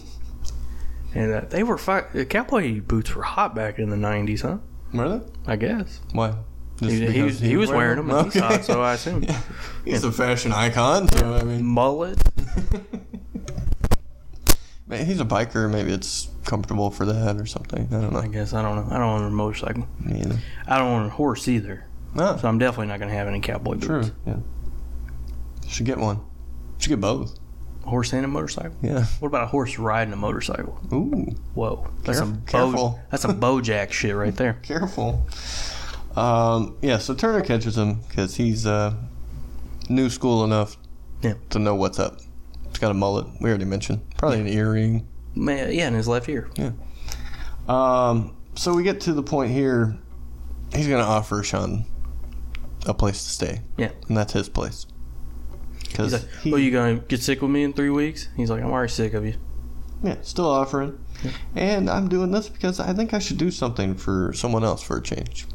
S2: And uh, they were fi- the cowboy boots were hot back in the '90s, huh?
S3: Were they?
S2: I guess
S3: Why? Just
S2: he, he
S3: because
S2: was he was wearing them. and he's hot, so I
S3: [LAUGHS]
S2: assume
S3: He's a fashion icon, so I mean,
S2: mullet.
S3: man, he's a biker. Maybe it's comfortable for that or something. I don't
S2: I
S3: know.
S2: guess I don't know. I don't own a motorcycle.
S3: Me either.
S2: I don't own a horse either,
S3: No,
S2: so I'm definitely not gonna have any cowboy boots.
S3: true. Yeah. Should get one. Should get both.
S2: Horse and a motorcycle.
S3: Yeah.
S2: What about a horse riding a motorcycle?
S3: Ooh,
S2: Whoa, that's some bo-
S3: Caref- careful.
S2: that's
S3: [LAUGHS]
S2: some BoJack shit right there.
S3: careful. Um, yeah. So Turner catches him because he's uh, new school enough
S2: Yeah.
S3: to know what's up. He's got a mullet. We already mentioned. Probably an earring.
S2: Man, yeah, in his left ear.
S3: Um, so we get to the point here. He's gonna offer Sean a place to stay.
S2: Yeah.
S3: and that's his place.
S2: He's
S3: Because
S2: like, "Well, you gonna get sick with me in three weeks?" He's like, "I'm already sick of you."
S3: yeah, still offering, and I'm doing this because I think I should do something for someone else for a change.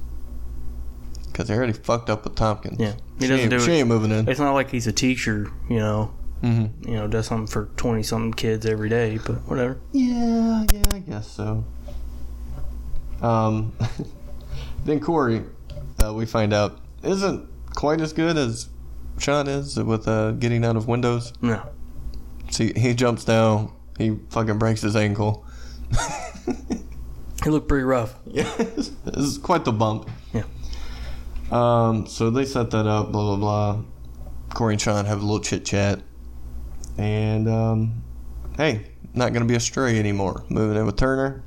S3: Because they already fucked up with Tompkins.
S2: Yeah. He
S3: she
S2: doesn't
S3: ain't,
S2: do
S3: she
S2: it.
S3: ain't moving in.
S2: It's not like he's a teacher, you know.
S3: Mhm.
S2: You know, does something for twenty something kids every day, but whatever.
S3: Yeah, yeah, I guess so. Um, [LAUGHS] then Corey, uh, we find out isn't quite as good as Sean is with uh, getting out of windows.
S2: No,
S3: See, he jumps down. He fucking breaks his ankle. [LAUGHS]
S2: he looked pretty rough.
S3: Yeah, [LAUGHS] this is quite the bump.
S2: Yeah.
S3: Um, so they set that up, blah blah blah. Corey and Sean have a little chit chat, and um, hey, not gonna be a stray anymore. Moving in with Turner.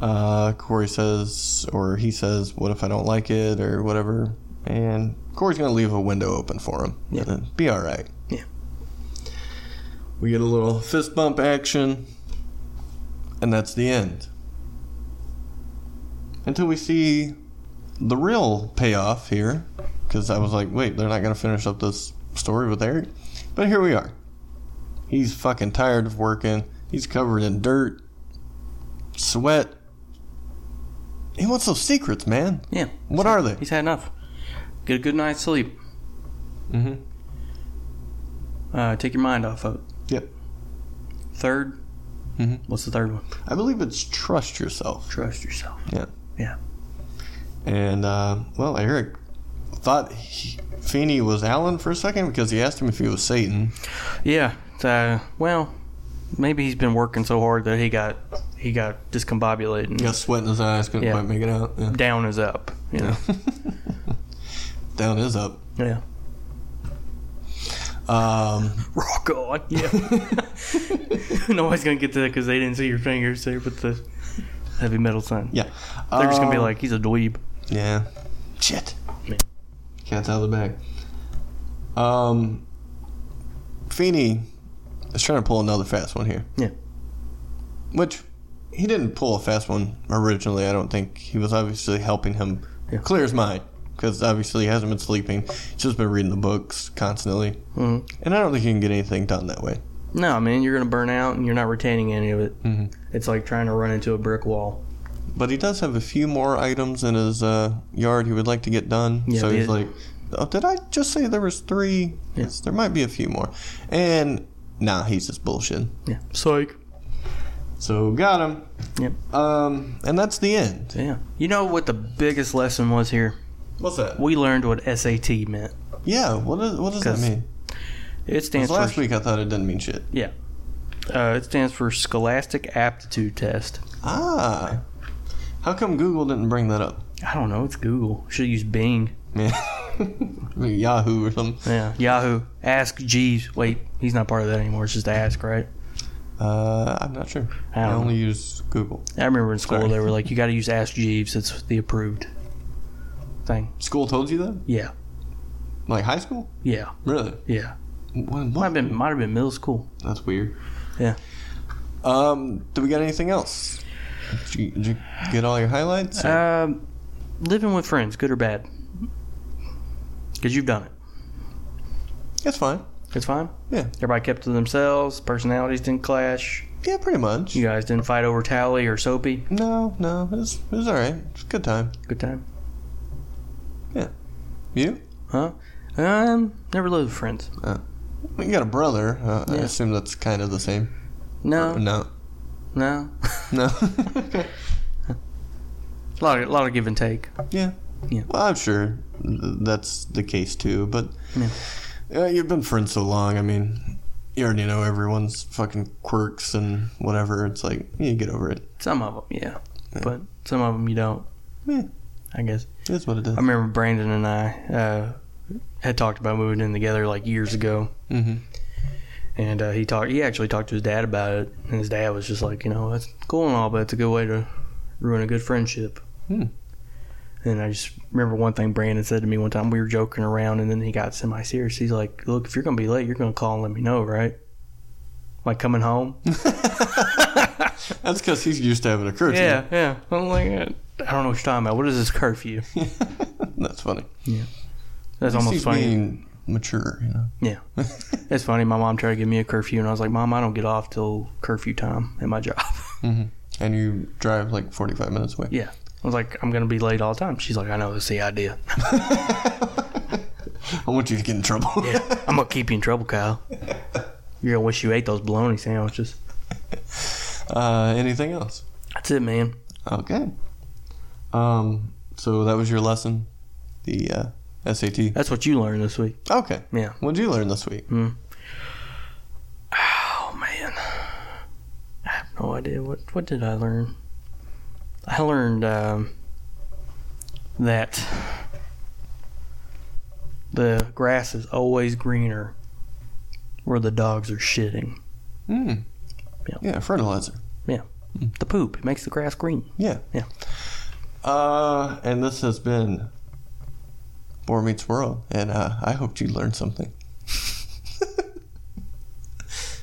S3: Uh, Corey says, or he says, "What if I don't like it?" or whatever. And Corey's gonna leave a window open for him.
S2: Yeah.
S3: Uh, Be all right.
S2: Yeah.
S3: We get a little fist bump action, and that's the end. until we see the real payoff here. Because I was like, wait, they're not going to finish up this story with Eric. But here we are. He's fucking tired of working. He's covered in dirt, sweat. He wants those secrets, man.
S2: Yeah.
S3: What are they?
S2: He's had enough. Get a good night's sleep.
S3: Mm-hmm.
S2: Uh, take your mind off of it.
S3: Yep.
S2: 3rd
S3: Mhm.
S2: What's the third one?
S3: I believe it's trust yourself.
S2: Trust yourself.
S3: Yeah.
S2: Yeah.
S3: And, uh, well, Eric thought he, Feeney was Alan for a second because he asked him if he was Satan.
S2: Mm-hmm. Yeah. Uh, well, maybe he's been working so hard that he got he got discombobulated. And
S3: He got sweat in his eyes, couldn't
S2: Yeah.
S3: quite make it out. Yeah.
S2: Down is up. You know?
S3: Down is up.
S2: Yeah.
S3: Um,
S2: Rock on. [LAUGHS] Yeah. Nobody's gonna get to that because they didn't see your fingers there with the heavy metal sign.
S3: yeah.
S2: They're just gonna be
S3: Um,
S2: like, he's a dweeb.
S3: Yeah. Shit.
S2: Yeah.
S3: Cat's out of the bag. Um, Feeney is trying to pull another fast one here.
S2: Yeah.
S3: Which he didn't pull a fast one originally. I don't think he was obviously helping him
S2: Yeah.
S3: clear his mind because obviously he hasn't been sleeping. He's just been reading the books constantly,
S2: hmm
S3: and I don't think he can get anything done that way.
S2: No, man, you're gonna burn out and you're not retaining any of it.
S3: Mhm.
S2: It's like trying to run into a brick wall.
S3: But he does have a few more items in his uh, yard he would like to get done.
S2: Yeah,
S3: so
S2: the-
S3: he's like, oh, did I just say there was three? Yes, there might be a few more. And nah, he's just bullshit.
S2: Yeah. Psych.
S3: So got him.
S2: Yep.
S3: Um, and that's the end.
S2: Yeah. You know what the biggest lesson was here?
S3: What's that?
S2: We learned what SAT meant.
S3: Yeah. What does what does that
S2: 'Cause
S3: mean?
S2: It
S3: 'Cause
S2: stands for
S3: last week I thought it didn't mean shit.
S2: yeah. Uh, it stands for Scholastic Aptitude Test.
S3: Ah. How come Google didn't bring that up? [LAUGHS]
S2: I don't know. It's Google. Should use Bing.
S3: Man. Yahoo or something.
S2: Yeah. Yahoo. Ask Jeeves. Wait, he's not part of that anymore. It's just Ask, right?
S3: Uh, I'm not sure.
S2: I
S3: I
S2: don't
S3: only use Google.
S2: I remember in school
S3: Sorry.
S2: they were like, you got to use Ask Jeeves. It's the approved thing.
S3: School told you that?
S2: Yeah.
S3: Like high school?
S2: Yeah.
S3: Really?
S2: Yeah.
S3: When,
S2: Might have been might have been middle school.
S3: That's weird.
S2: Yeah.
S3: Um, do we got anything else? Did you, did you get all your highlights?
S2: Um, living with friends, good or bad? Because you've done it.
S3: That's fine.
S2: It's fine.
S3: Yeah.
S2: Everybody kept to themselves. Personalities didn't clash.
S3: Yeah, pretty much.
S2: You guys didn't fight over Tally or Soapy.
S3: No, no, it was, it was all right. It's a good time.
S2: Good time.
S3: You?
S2: Huh? Um, never lived with friends.
S3: You got a brother. Uh, I
S2: Yeah. Uh-huh.
S3: assume that's kind of the same.
S2: No, no.
S3: No. No. [LAUGHS]
S2: a [LAUGHS] lot of lot of give and take.
S3: yeah.
S2: Yeah.
S3: Well, I'm sure th- that's the case too, but
S2: Yeah.
S3: uh, you've been friends so long. I mean, you already know everyone's fucking quirks and whatever. It's like, you get over it.
S2: Some of them, yeah, but some of them you don't.
S3: Yeah.
S2: I guess.
S3: It's what it is.
S2: I remember Brandon and I uh, had talked about moving in together like years ago.
S3: Mm-hmm.
S2: And uh, he talked. He actually talked to his dad about it, and his dad was just like, you know, it's cool and all, but it's a good way to ruin a good friendship.
S3: Hmm.
S2: And I just remember one thing Brandon said to me one time. We were joking around, and then he got semi-serious. He's like, "Look, if you're gonna be late, you're gonna call and let me know, right? Like coming home."
S3: [LAUGHS] That's because he's used to having a curfew.
S2: yeah, yeah. I'm like, uh, I don't know what you're talking about. What is this [LAUGHS] curfew?
S3: That's funny.
S2: That's
S3: He's
S2: almost funny.
S3: Being mature, you know. [LAUGHS]
S2: It's funny. My mom tried to give me a curfew, and I was like, "Mom, I don't get off till curfew time at my job." [LAUGHS]
S3: And you drive like 45 minutes away.
S2: Yeah. I was like, I'm going to be late all the time. She's like, I know, that's the idea.
S3: I want you to get in trouble.
S2: I'm going to keep you in trouble, [LAUGHS] Kyle. You're going to wish you ate those bologna sandwiches.
S3: [LAUGHS] uh, anything else?
S2: That's it, man.
S3: Okay. Um. So that was your lesson, the uh, SAT.
S2: That's what you learned this week.
S3: Okay.
S2: Yeah.
S3: What did you learn this week?
S2: Oh, man. I have no idea. What, what did I learn? I learned um, that the grass is always greener where the dogs are shitting.
S3: Hmm.
S2: Yeah.
S3: Yeah, fertilizer.
S2: The poop it makes the grass green.
S3: Uh, and this has been Boar Meets World, and uh, I hope you learned something.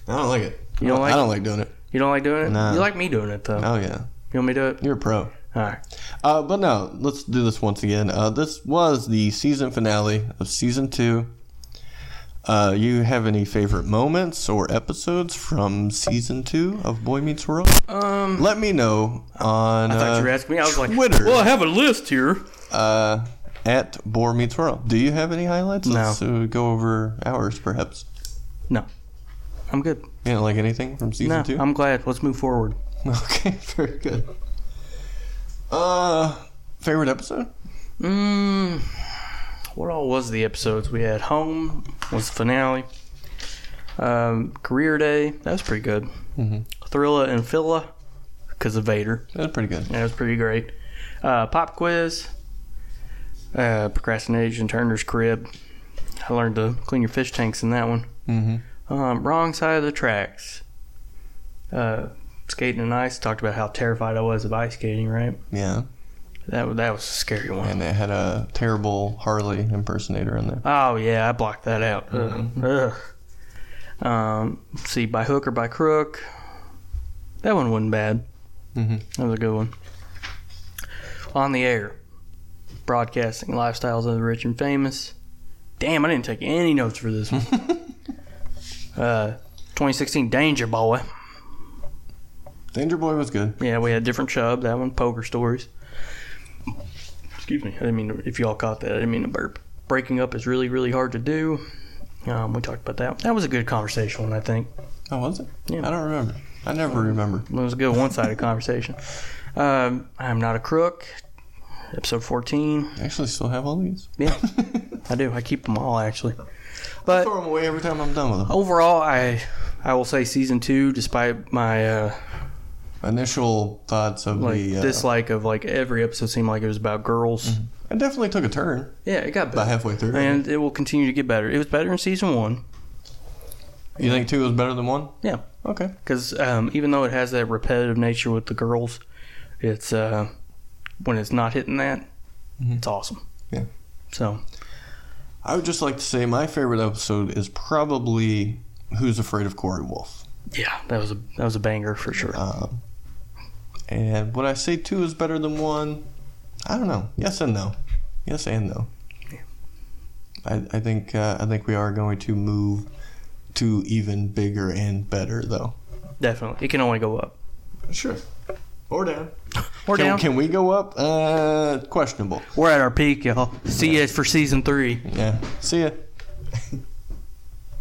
S3: I don't like it.
S2: You don't like
S3: I
S2: it?
S3: don't like doing it.
S2: You don't like doing it?
S3: No.
S2: You like me doing it, though.
S3: Oh yeah,
S2: You want me to do it?
S3: you're a pro.
S2: All right.
S3: Uh, but no, let's do this once again. Uh, this was the season finale of season two. Uh, you have any favorite moments or episodes from season two of Boy Meets World?
S2: Um,
S3: Let me know on
S2: I thought
S3: uh,
S2: you were asking me. I was like,
S3: Twitter.
S2: Well, I have a list here.
S3: uh, at Boy Meets World. Do you have any highlights?
S2: No.
S3: Let's uh, go over ours, perhaps.
S2: No, I'm good.
S3: You know, like anything from season
S2: no,
S3: 2
S2: I'm glad. Let's move forward.
S3: [LAUGHS] Okay, very good. Uh, favorite episode?
S2: Mm, what all was the episodes we had? Home was the finale. Um, career day that was pretty good. Thrilla and Phila because of Vader
S3: That was pretty good.
S2: that was pretty great. Uh, pop quiz, uh, procrastination, Turner's crib. I learned to clean your fish tanks in that one.
S3: Mm-hmm.
S2: Um, wrong side of the tracks. Uh, skating and ice talked about how terrified I was of ice skating. Right,
S3: Yeah,
S2: that that was a scary one.
S3: and it had a terrible Harley impersonator in there.
S2: Oh yeah, I blocked that out. Ugh. Ugh. Um, let's see, by hook or by crook, that one wasn't bad.
S3: Mm-hmm.
S2: That was a good one. On the air, broadcasting lifestyles of the rich and famous. Damn, I didn't take any notes for this one. uh, 2016 Danger Boy.
S3: Danger Boy was good.
S2: Yeah, we had different chub. That one, poker stories. Excuse me. I didn't mean to, if y'all caught that. I didn't mean to burp. Breaking up is really, really hard to do. Um, we talked about that. That was a good conversation. one, I think
S3: Oh, was it?
S2: Yeah.
S3: I don't remember. I never remember.
S2: it was a good one-sided conversation. Um, I'm not a crook. Episode 14.
S3: I actually still have all these.
S2: Yeah, I do. I keep them all actually.
S3: I
S2: But
S3: throw them away every time I'm done with them.
S2: overall, I I will say season two, despite my uh,
S3: Initial thoughts of
S2: like
S3: the. Uh, Mm-hmm.
S2: dislike of like every episode seemed like it was about girls.
S3: It definitely took a turn
S2: Yeah, it got
S3: about
S2: better.
S3: halfway through.
S2: And it will continue to get better. It was better in season one.
S3: you think two was better than one?
S2: Yeah.
S3: Okay.
S2: because um, even though it has that repetitive nature with the girls, it's uh, when it's not hitting that, it's awesome.
S3: Yeah.
S2: So
S3: I would just like to say my favorite episode is probably Who's Afraid of Corey Wolf.
S2: yeah, that was a that was a banger for sure.
S3: Um, and would I say two is better than one? I don't know. Yes and no. Yes and no. I, I think uh, I think we are going to move to even bigger and better though.
S2: Definitely, it can only go up
S3: Sure. Or down.
S2: or
S3: Can,
S2: down.
S3: can we go up? Uh, questionable.
S2: We're at our peak, y'all. See you for season three.
S3: Yeah. See ya.